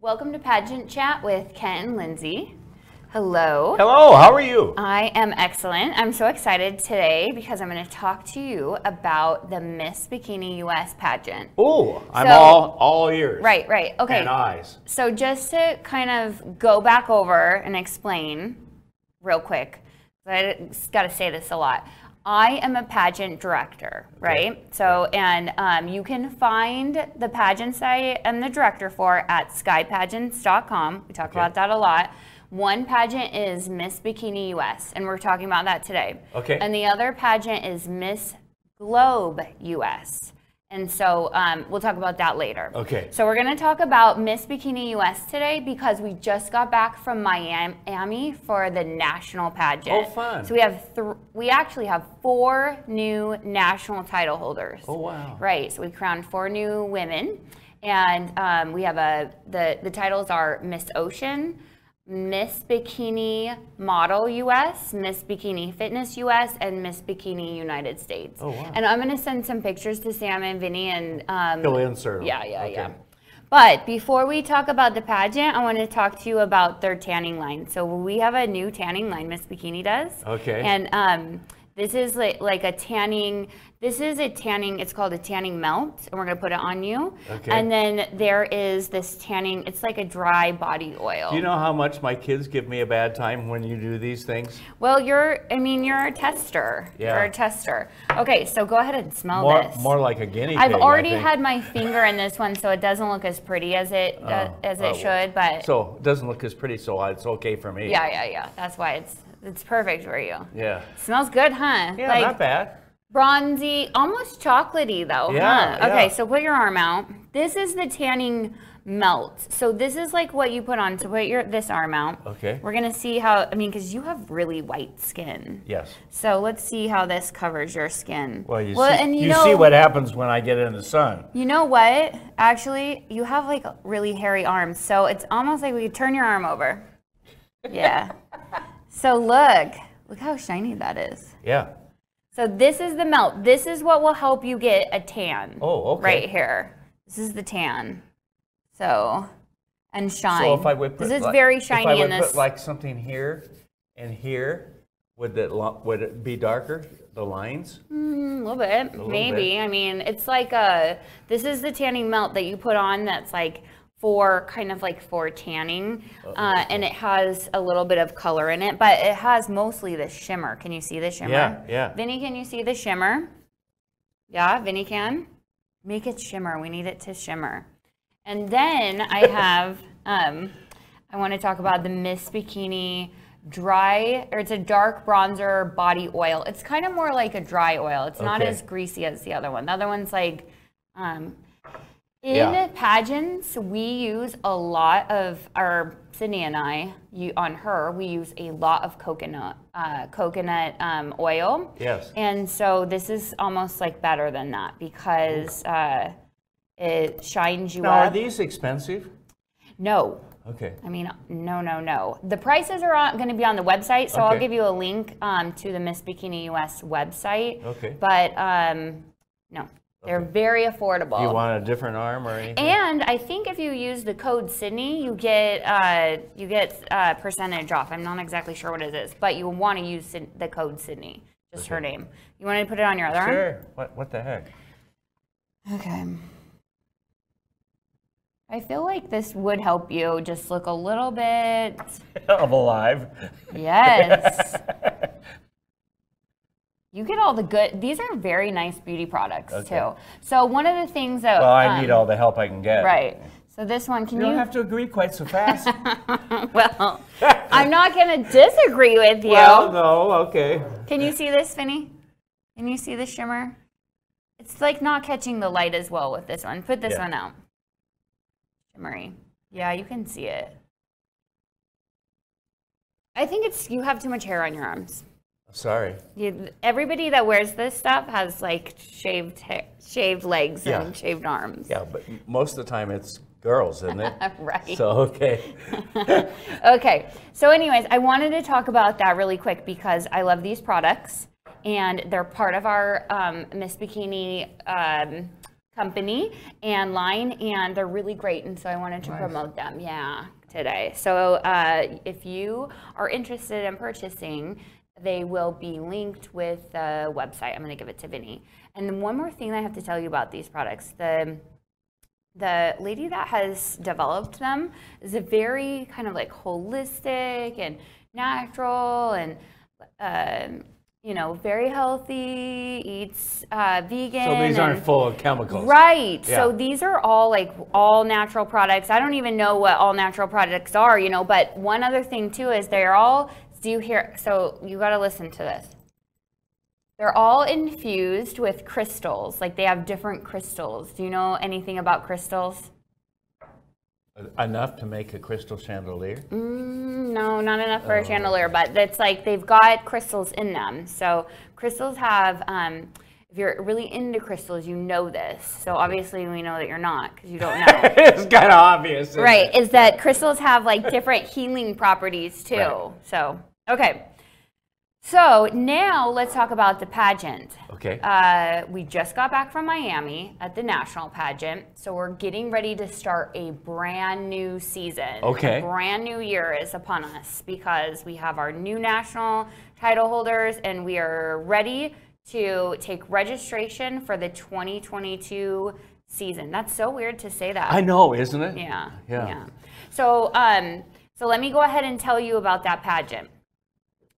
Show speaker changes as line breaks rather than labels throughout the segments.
Welcome to Pageant Chat with Ken and Lindsay. Hello.
Hello, how are you?
I am excellent. I'm so excited today because I'm going to talk to you about the Miss Bikini US pageant.
Ooh, I'm
So-
all all ears.
Right, right. Okay.
And uh, eyes.
So, just to kind of go back over and explain real quick, 'cause I got to say this a lot. I am a pageant director, right? So, and um, you can find the pageants I am the director for at skypageants.com. We talk about that a lot. One pageant is Miss Bikini US, and we're talking about that today.
Okay.
And the other pageant is Miss Globe US. And so um, we'll talk about that later.
Okay.
So we're going to talk about Miss Bikini US today because we just got back from Miami for the national pageant.
Oh, fun.
So we have thr we actually have four new national title holders.
Oh wow.
Right. So we crowned four new women, and um, we have a the the titles are Miss Ocean, Miss Bikini Model U.S., Miss Bikini Fitness U.S., and Miss Bikini United States.
Oh, wow.
And I'm gonna send some pictures to Sam and Vinny and. Um,
Fill in, sir.
yeah, yeah,
Oh, Okay.
yeah. But before we talk about the pageant, I want to talk to you about their tanning line. So we have a new tanning line, Miss Bikini does.
Okay.
And um, this is like, like a tanning. This is a tanning. It's called a tanning melt, and we're gonna put it on you.
Okay.
And then there is this tanning. It's like a dry body oil.
Do you know how much my kids give me a bad time when you do these things?
well, you're. I mean, you're a tester.
Yeah.
You're a tester. Okay, so go ahead and smell
More,
this.
more like a guinea
I've
pig. I
already
think.
had my finger in this one, so it doesn't look as pretty as it does,
Oh,
as it
oh, well.
should. But
So it doesn't look as pretty, so uh, it's okay for me.
yeah, yeah, yeah. That's why it's it's perfect for you.
Yeah.
Smells good, huh?
Yeah,
like
not bad.
bronzy, almost chocolatey though.
Yeah,
huh? Okay,
yeah.
so put your arm out. This is the tanning melt. So this is like what you put on. So put your this arm out.
Okay.
We're gonna see how. I mean, because you have really white skin.
Yes.
So let's see how this covers your skin.
Well, you, see,
and you,
you
know,
see what happens when I get in the sun.
You know what? Actually, you have like really hairy arms, so it's almost like we could turn your arm over. Yeah. so look, look how shiny that is.
Yeah.
So this is the melt. This is what will help you get a tan.
Oh, okay.
Right here. This is the tan. So and shine.
So if I would put
this is
like-
very
if I
shiny
would
in this.
put like something here and here, would it lo- would it be darker? The lines?
Mm, a little bit,
little
maybe. I mean, it's like a. This is the tanning melt that you put on. That's like for kind of like for tanning, uh, and it has a little bit of color in it, but it has mostly the shimmer. Can you see the shimmer?
Yeah, yeah.
Vinny, can you see the shimmer? Yeah, Vinny can. Make it shimmer. We need it to shimmer. And then I have, um, I want to talk about the Miss Bikini dry, or it's a dark bronzer body oil. It's kind of more like a dry oil. It's not
Okay.
as greasy as the other one. The other one's like, um, in
Yeah.
pageants, we use a lot of our Sydney and I you, on her. We use a lot of coconut uh, coconut um, oil.
Yes.
And so this is almost like better than that because uh, it shines you
Now, are
up.
these expensive?
no.
Okay.
I mean, no, no, no. The prices are going to be on the website, so I'll
Okay.
give you a link um, to the Miss Bikini US website.
Okay.
But um, no, they're very affordable.
You want a different arm or anything?
And I think if you use the code Sydney, you get uh, you get uh, percentage off. I'm not exactly sure what it is, but you want to use Syd- the code Sydney, just her name. You want to put it on your other arm?
Sure. What, what the heck?
Okay. I feel like this would help you just look a little bit.
I'm alive.
Yes. you get all the good. These are very nice beauty products too. So one of the things that
Well, I need
um,
all the help I can get.
right. So this one, can
You
you?
don't have to agree quite so fast.
well, I'm not going to disagree with you.
well, no, okay.
Can you see this, Finny? Can you see the shimmer? It's like not catching the light as well with this one. Put this
Yeah.
one out. Shimmery. Yeah, you can see it. I think it's you have too much hair on your arms.
Sorry.
You, everybody that wears this stuff has like shaved hair, shaved legs
Yeah.
and shaved arms.
Yeah, but most of the time it's girls, isn't it?
Right.
So, okay.
Okay. So, anyways, I wanted to talk about that really quick because I love these products and they're part of our um, Miss Bikini um, company and line, and they're really great. And so I wanted to promote them. Yeah, today. So uh, if you are interested in purchasing, they will be linked with the website. I'm going to give it to Vinny. And then one more thing I have to tell you about these products. The the lady that has developed them is a very kind of like holistic and natural and um, you know very healthy eats uh, vegan
So
and-
these aren't full of chemicals.
Right. So
Yeah.
these are all like all natural products. I don't even know what all natural products are, you know, but one other thing too is they're all do you hear so you got to listen to this. They're all infused with crystals. Like they have different crystals. Do you know anything about crystals?
Uh, Enough to make a crystal chandelier?
Mm. No, not enough for a chandelier, but that's like they've got crystals in them. So crystals have, um, if you're really into crystals, you know this. So obviously we know that you're not because you don't know.
it's kind of obvious. isn't it?
Right, is that crystals have like different healing properties too.
Right.
So, okay. So now let's talk about the pageant.
Okay.
Uh, we just got back from Miami at the national pageant, so we're getting ready to start a brand new season.
Okay.
Brand new year is upon us because we have our new national title holders and we are ready to take registration for the 2022 season. That's so weird to say that.
I know, isn't it?
Yeah.
Yeah.
So, um, so let me go ahead and tell you about that pageant.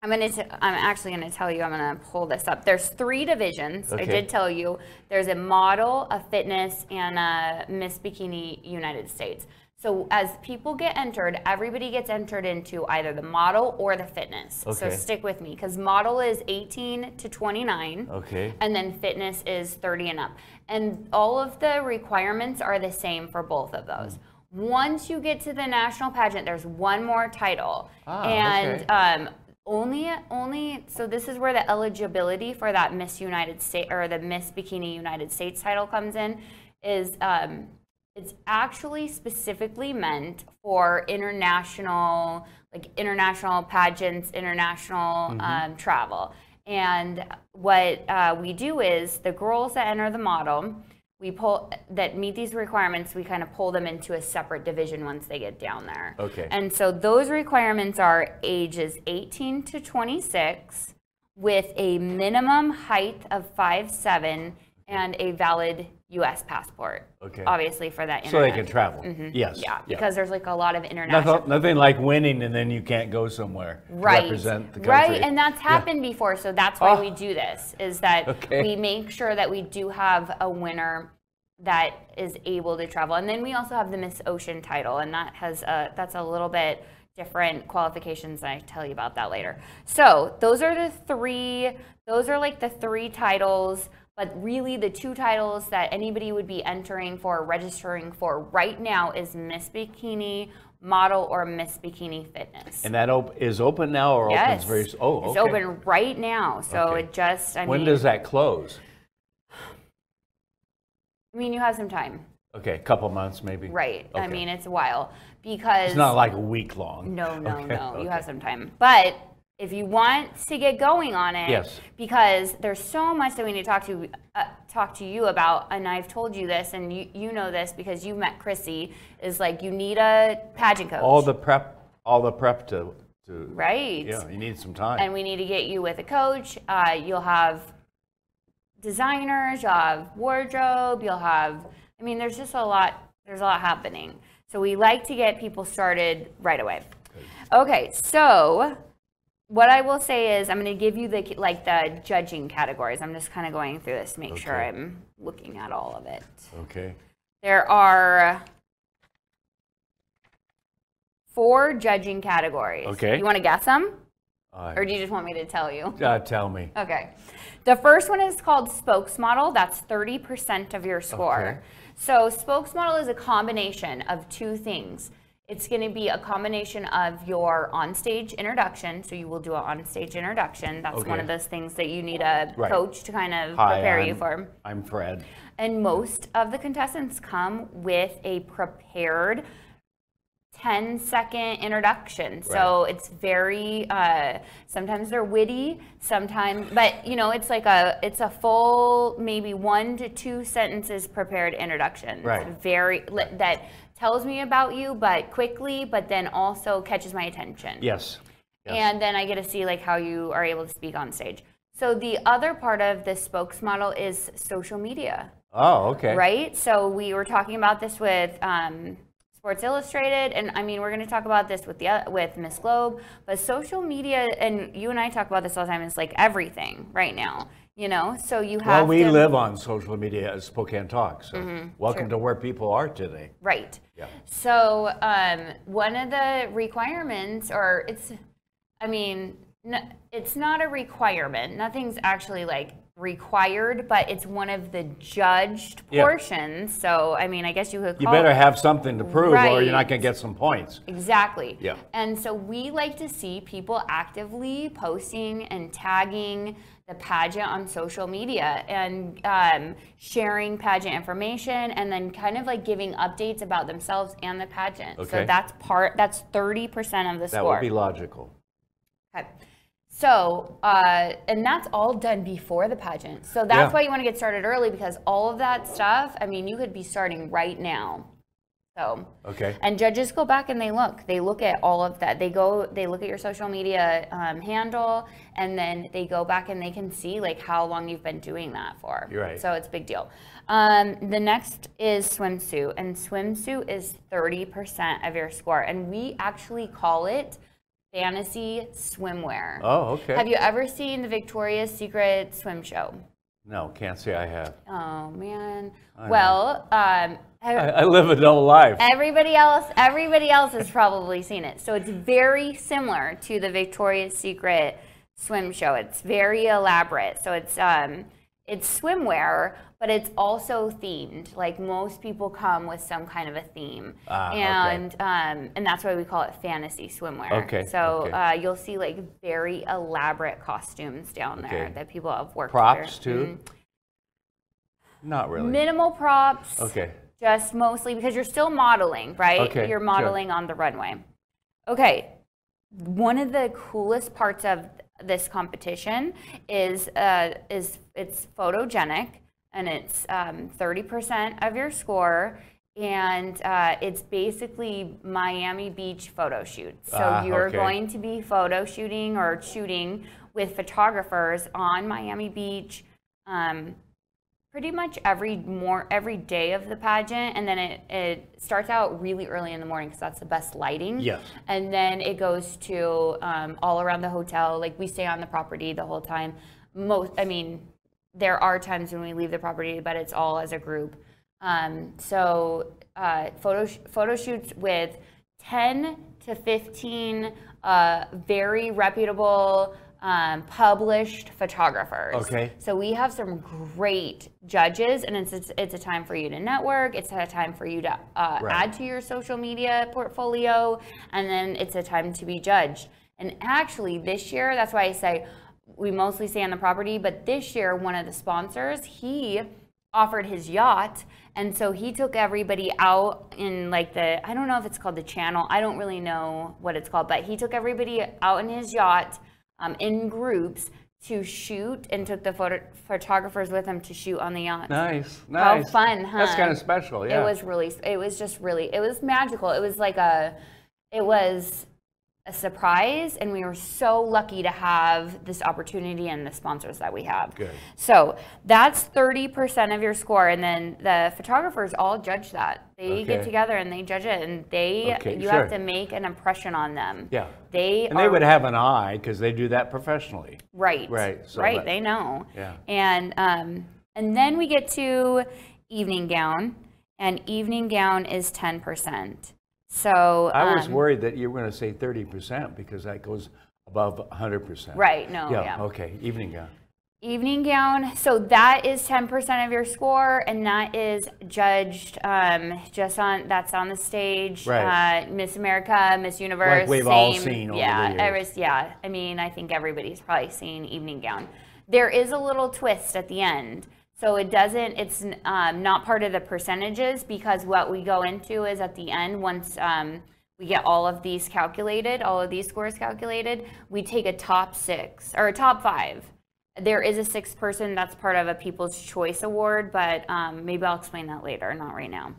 I'm gonna. T- I'm actually gonna tell you. I'm gonna pull this up. There's three divisions. I
Okay.
did tell you. There's a model, a fitness, and a Miss Bikini United States. So as people get entered, everybody gets entered into either the model or the fitness. So
Okay.
stick with me, because model is 18 to 29.
Okay.
And then fitness is 30 and up. And all of the requirements are the same for both of those.
Hmm.
Once you get to the national pageant, there's one more title.
Ah,
and
okay.
um, only, only, so this is where the eligibility for that Miss United States or the Miss Bikini United States title comes in is um, it's actually specifically meant for international like international pageants international um, travel and what uh, we do is the girls that enter the model we pull that meet these requirements we kind of pull them into a separate division once they get down there
Okay.
and so those requirements are ages 18 to 26 with a minimum height of 5'7 and a valid US passport.
Okay.
Obviously for that
So they
internet.
can travel. Yes.
Mm-hmm. Yeah, because there's like a lot of international.
nothing, nothing like winning and then you can't go somewhere. to
Right.
Represent the country.
Right, and that's happened before, so that's why
Oh.
we do this is that
Okay.
we make sure that we do have a winner that is able to travel. And then we also have the Miss Ocean title and that has a that's a little bit different qualifications and I tell you about that later. So, those are the three those are like the three titles but really the two titles that anybody would be entering for registering for right now is Miss Bikini Model or Miss Bikini Fitness.
And that op- is open now or
Yes.
opens very s- Oh, okay.
It's open right now, so
Okay.
it just, I
When
mean,
does that close?
I mean, you have some time,
Okay, a couple months maybe.
right? I
Okay.
mean, it's a while because
It's not like a week long.
no, no,
Okay,
no, you have
okay.
some time, but if you want to get going on it,
Yes.
because there's so much that we need to talk to uh, talk to you about, and I've told you this, and you you know this because you met Chrissy. Is like you need a pageant coach,
All the prep, all the prep to, to.
right?
Yeah, you need some time.
and we need to get you with a coach. Uh, you'll have designers, you'll have wardrobe, you'll have. I mean, there's just a lot. There's a lot happening. So we like to get people started right away. Okay, so what I will say is I'm going to give you the like the judging categories. I'm just kind of going through this to make sure
Okay.
I'm looking at all of it.
Okay.
There are four judging categories.
Okay.
You want to guess them?
All right.
Or do you just want me to tell you?
Uh, tell me.
Okay. The first one is called spokesmodel. That's 30% of your score.
Okay.
So, spokesmodel is a combination of two things. It's going to be a combination of your onstage introduction. So, you will do an onstage introduction. That's one
Okay.
of those things that you need a
Right.
coach to kind of
Hi,
prepare you
I'm-
for.
I'm Fred.
And most of the contestants come with a prepared 10 second introduction. So it's very, uh, sometimes they're witty, sometimes, but you know, it's like a, it's a full, maybe one to two sentences prepared introduction. It's
Right.
Very, li- that tells me about you, but quickly, but then also catches my attention
Yes. Yes.
and then I get to see like how you are able to speak on stage. So the other part of this spokesmodel is social media,
Oh, okay.
right? So we were talking about this with um, Sports Illustrated, and I mean we're going to talk about this with the oth- with Miss Globe, but social media, and you and I talk about this all the time. It's like everything right now, you know. So you have
Well, we
to,
live on social media at Spokane Talk, so
Mm-hmm.
welcome to where people are today.
Right.
Yeah.
So um, one of the requirements, or it's, I mean, n- it's not a requirement. Nothing's actually like required, but it's one of the judged
Yeah.
portions. So I mean, I guess you could
You
call
better have something to prove, or you're
Oh. Right.
not going to get some points.
Exactly.
Yeah.
And so we like to see people actively posting and tagging the pageant on social media and um, sharing pageant information and then kind of like giving updates about themselves and the pageant. So
Okay.
that's part, that's 30% of the
That
score.
would be logical.
Okay. So, uh, and that's all done before the pageant. So that's
Yeah.
why you want to get started early because all of that stuff, I mean, you could be starting right now. So,
Okay.
and judges go back and they look. They look at all of that. They go, they look at your social media um, handle, and then they go back and they can see like how long you've been doing that for.
You're right.
So it's a big deal. Um, the next is swimsuit, and swimsuit is 30% of your score, and we actually call it fantasy swimwear.
Oh, okay.
Have you ever seen the Victoria's Secret swim show?
No, can't say I have.
Oh man. well, um, have-
I, I live a double life.
Everybody else, everybody else has probably seen it. So it's very similar to the Victoria's Secret swim show. It's very elaborate. So it's um, it's swimwear, but it's also themed. Like most people come with some kind of a theme,
Ah, okay.
and um, and that's why we call it fantasy swimwear.
Okay,
So
okay.
Uh, you'll see like very elaborate costumes down there
Okay.
that people have worked.
Props
through. Mm-hmm.
too? Not really.
Minimal props
okay.
just mostly because you're still modeling, right?
Okay,
you're
sure.
modeling on the runway. Okay. One of the coolest parts of this competition is uh, is it's photogenic and it's um, 30% of your score. And uh, it's basically Miami Beach photo shoots. So
Ah,
you're
okay.
going to be photo shooting or shooting with photographers on Miami Beach. Um, pretty much every more every day of the pageant and then it, it starts out really early in the morning because that's the best lighting
Yes.
and then it goes to um, all around the hotel like we stay on the property the whole time most i mean there are times when we leave the property but it's all as a group um, so uh, photo sh- photo shoots with 10 to 15 uh, very reputable um, published photographers
Okay.
so we have some great judges, and it's it's, it's a time for you to network. It's a time for you to uh,
Right.
add to your social media portfolio, and then it's a time to be judged. And actually, this year, that's why I say we mostly stay on the property. But this year, one of the sponsors he offered his yacht and so he took everybody out in like the I don't know if it's called the channel I don't really know what it's called but he took everybody out in his yacht um, in groups to shoot and took the photo- photographers with him to shoot on the yacht.
Nice.
How
Nice.
fun, huh?
That's kind of special, yeah.
It was really, it was just really, it was magical. It was like a, it was a surprise, and we were so lucky to have this opportunity and the sponsors that we have.
Good.
So that's thirty percent of your score, and then the photographers all judge that. They get
Okay.
together and they judge it, and they
Okay,
you
sure.
have to make an impression on them.
Yeah.
They
and
are
they would have an eye because they do that professionally.
Right.
Right, so
right.
that-
they know.
Yeah.
And um, and then we get to evening gown, and evening gown is ten percent. So
I was
um,
worried that you were going to say 30% because that goes above 100%.
right. No.
yeah,
Yeah.
Okay. Evening gown.
Evening gown. So that is ten percent of your score, and that is judged um, just on that's on the stage.
Right.
Uh, Miss America, Miss Universe.
we've
same,
all seen over
yeah.
the years.
every- yeah. I mean, I think everybody's probably seen evening gown. There is a little twist at the end. So it doesn't, it's um, not part of the percentages because what we go into is at the end, once um, We get all of these calculated, all of these scores calculated. We take a top six or a top five. There is a sixth person that's part of a People's Choice Award, but um, maybe I'll explain that later, not right now.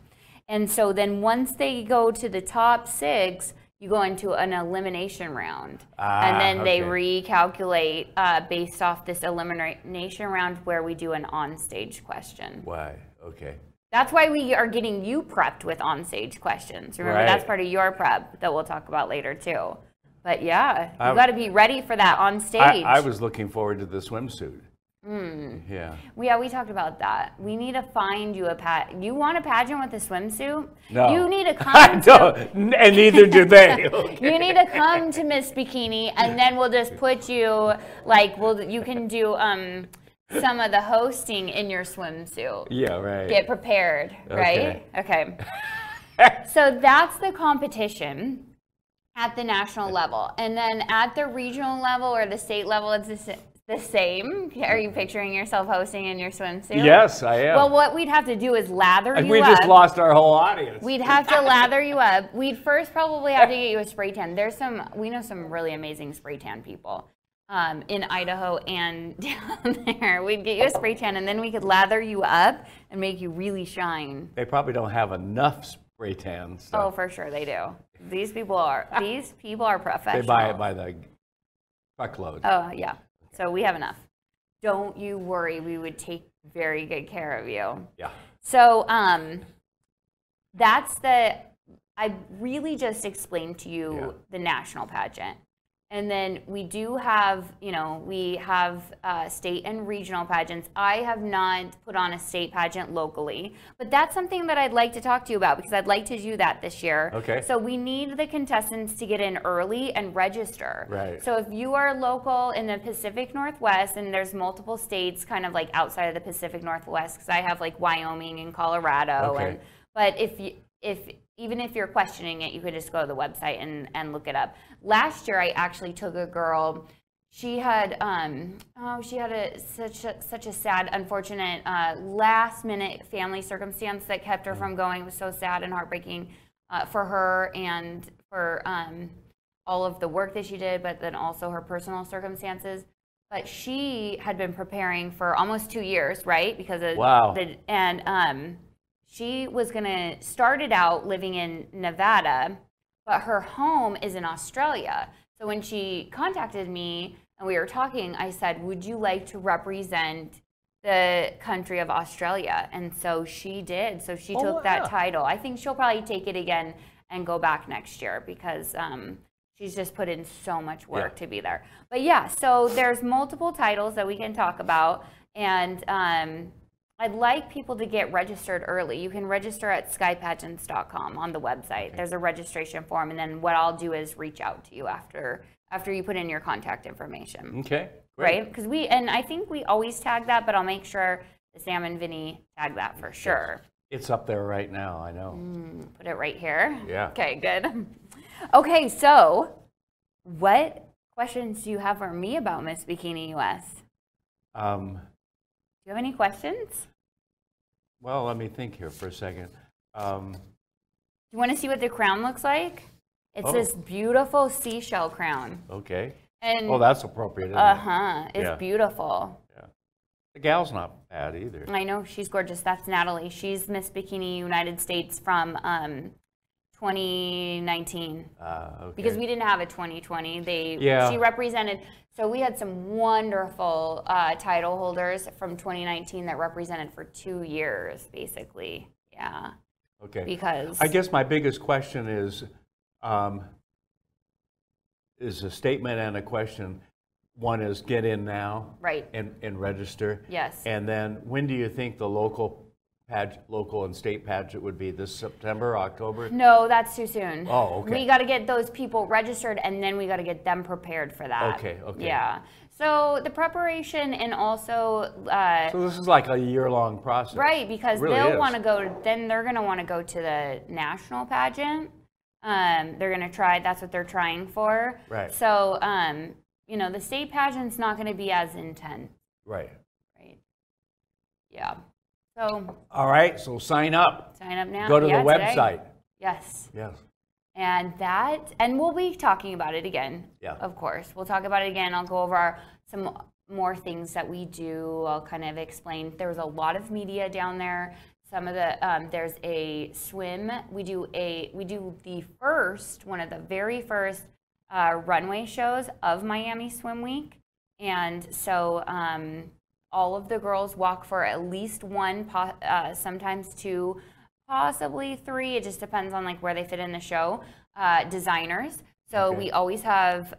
And so then once they go to the top six, you go into an elimination round.
Ah,
and then they
okay.
re recalculate uh, based off this elimination round where we do an on-stage question.
Why? Okay.
That's why we are getting you prepped with on-stage questions. Remember, that's
Right.
part of your prep that we'll talk about later too. But yeah, you
I'm-
got to be ready for that on stage.
Um, I, I was looking forward to the swimsuit.
Hmm.
Yeah.
We- yeah, we talked about that. We need to find you a pat. You want a pageant with a swimsuit?
No.
You need to
I
come. to-
don't, and neither do they. Okay.
you need to come to Miss Bikini, and then we'll just put you like well, you can do um, some of the hosting in your swimsuit.
Yeah, right.
Get prepared, right?
Okay.
Okay. so that's the competition at the national level. And then at the regional level or the state level, it's the, s- the same. Are you picturing yourself hosting in your swimsuit?
Yes, I am.
Well, what we'd have to do is lather
And
you
we
up.
just lost our whole audience.
We'd have to lather you up. We'd first probably have to get you a spray tan. There's some, we know some really amazing spray tan people um, in Idaho and down there. We'd get you a spray tan and then we could lather you up and make you really shine.
they probably don't have enough spray tan
Oh,
stuff.
for sure they do. These people are, these people are
they
professional.
buy it by the truckload.
Oh, yeah. So we have enough. Don't you worry. We would take very good care of you.
Yeah.
So um, that's the I really just explained to you
Yeah.
the national pageant, and then we do have you know we have uh, state and regional pageants. I have not put on a state pageant locally, but that's something that I'd like to talk to you about because I'd like to do that this year.
Okay.
So we need the contestants to get in early and register.
Right.
So if you are local in the Pacific Northwest, and there's multiple states kind of like outside of the Pacific Northwest, because I have like Wyoming and Colorado,
Okay.
and but if you if even if you're questioning it, you could just go to the website and and look it up. Last year, I actually took a girl. She had um oh she had a such a, such a sad unfortunate uh, last minute family circumstance that kept
Mm.
her from going. It was so sad and heartbreaking uh, for her and for um all of the work that she did, but then also her personal circumstances. But she had been preparing for almost two years, right? Because of
Wow.
The, and um, she was gonna started out living in Nevada, but her home is in Australia. So when she contacted me and we were talking, I said, "Would you like to represent the country of Australia?" And so she did. So she
Oh,
took that
wow.
time title. I think she'll probably take it again and go back next year because um, she's just put in so much work
Yeah.
to be there. But yeah, so there's multiple titles that we can talk about, and um, I'd like people to get registered early. You can register at skypageants.com on the website. There's a registration form, and then what I'll do is reach out to you after after you put in your contact information
Okay. Mm, Great.
right? Because we and I think we always tag that, but I'll make sure the Sam and Vinny tag that for sure.
It's up there right now, I know.
Mm. Put it right here.
Yeah.
Okay, good. Okay, so what questions do you have for me about Miss Bikini US? Do
Um,
you have any questions?
well, let me think here for a second. Um,
Do you want to see what the crown looks like? It's
Oh.
this beautiful seashell crown.
okay.
And
Well, that's appropriate. Isn't
Mm. uh
it?
huh, it's
Yeah.
beautiful.
The gal's not bad either.
I know she's gorgeous. That's Natalie. She's Miss Bikini United States from um, 2019.
Uh, okay.
because we didn't have a 2020. They
Yeah.
she represented. So we had some wonderful uh, title holders from 2019 that represented for two years, basically. Yeah,
okay.
because
I guess my biggest question is, um, is a statement and a question. One is get in now
right.
and, and register.
Yes.
And then when do you think the local page, local and state pageant would be? This September, October?
No, that's too soon.
Oh, okay.
We got to get those people registered and then we got to get them prepared for that.
Okay, okay.
Yeah. So the preparation and also uh,
So this is like a year-long process.
Right, because
really
they'll
is.
want to go. Then they're going to want to go to the national pageant. Um, they're going to try. That's what they're trying for.
Right.
So, um, you know, the state pageant's not going to be as intense.
Right.
Right. Yeah. So
All right, so sign up.
sign up now.
Go to the
Yeah, today.
website.
Yes.
Yes.
And that, and we'll be talking about it again.
Yeah.
Of course, we'll talk about it again. I'll go over our, some more things that we do. I'll kind of explain. There was a lot of media down there. Some of the um, there's a swim. We do a we do the first one of the very first uh, runway shows of Miami Swim Week, and so um, all of the girls walk for at least one, po- uh, sometimes two possibly three. It just depends on like where they fit in the show. Uh, designers. So
Okay.
we always have,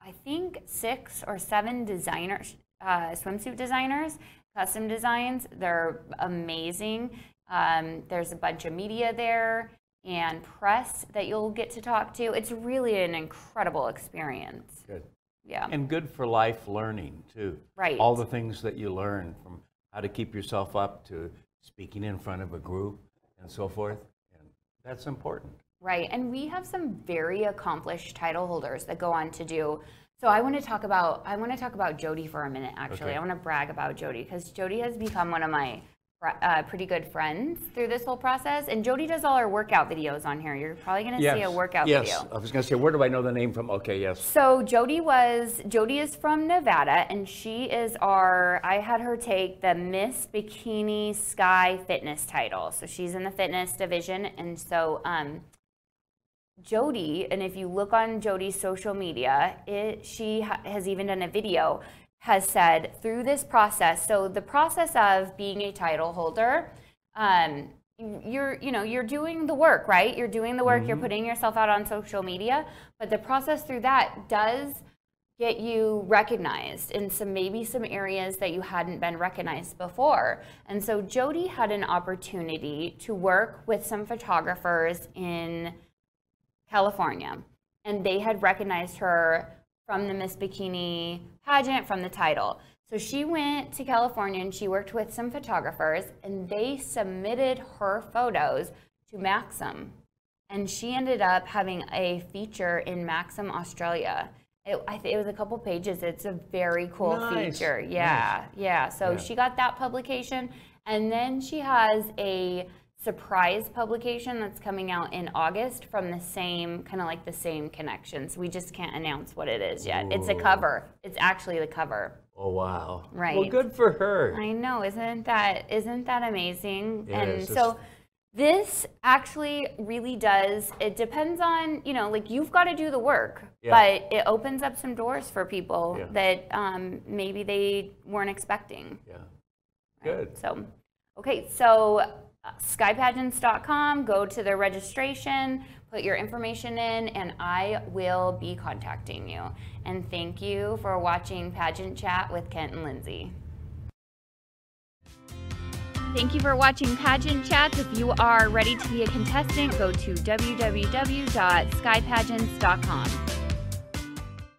I think six or seven designers, uh, swimsuit designers, custom designs. They're amazing. Um, there's a bunch of media there and press that you'll get to talk to. It's really an incredible experience.
Good.
Yeah.
And good for life learning, too.
Right.
All the things that you learn from how to keep yourself up to speaking in front of a group and so forth. And that's important.
Right. And we have some very accomplished title holders that go on to do. So I want to talk about I want to talk about Jody for a minute. Actually,
Okay.
I want to brag about Jody because Jody has become one of my fr- uh, pretty good friends through this whole process. And Jody does all our workout videos on here. You're probably going to see a workout
yes.
video.
I was going to say, where do I know the name from? Okay, yes.
So Jody was Jody is from Nevada, and she is our. I had her take the Miss Bikini Sky Fitness title. So she's in the fitness division, and so um, Jody. And if you look on Jody's social media, it she ha- has even done a video. Has said through this process. So the process of being a title holder. Um, you're you know you're doing the work right you're doing the work you're putting yourself out on social media but the process through that does get you recognized in some maybe some areas that you hadn't been recognized before and so jody had an opportunity to work with some photographers in California, and they had recognized her from the Miss Bikini pageant from the title. So she went to California and she worked with some photographers, and they submitted her photos to Maxim. And she ended up having a feature in Maxim, Australia. It, I think it was a couple pages. It's a very cool
Nice.
feature. Yeah, yeah. So
Yeah.
she got that publication, and then she has a surprise publication that's coming out in August from the same kind of like the same connections. We just can't announce what it is yet. It's a cover. It's actually the cover.
Oh, wow. Well,
Right.
good for her.
I know, isn't that isn't that amazing?
Yeah,
and
it's
so this actually really does it depends on you know like you've got to do the work
Yeah.
but it opens up some doors for people
Yeah.
that um, maybe they weren't expecting
yeah. Good.
so, okay, so uh, skypageants.com, go to their registration, put your information in, and I will be contacting you. And thank you for watching Pageant Chat with Kent and Lindsay. Thank you for watching Pageant Chats. If you are ready to be a contestant, go to www.skypageants.com.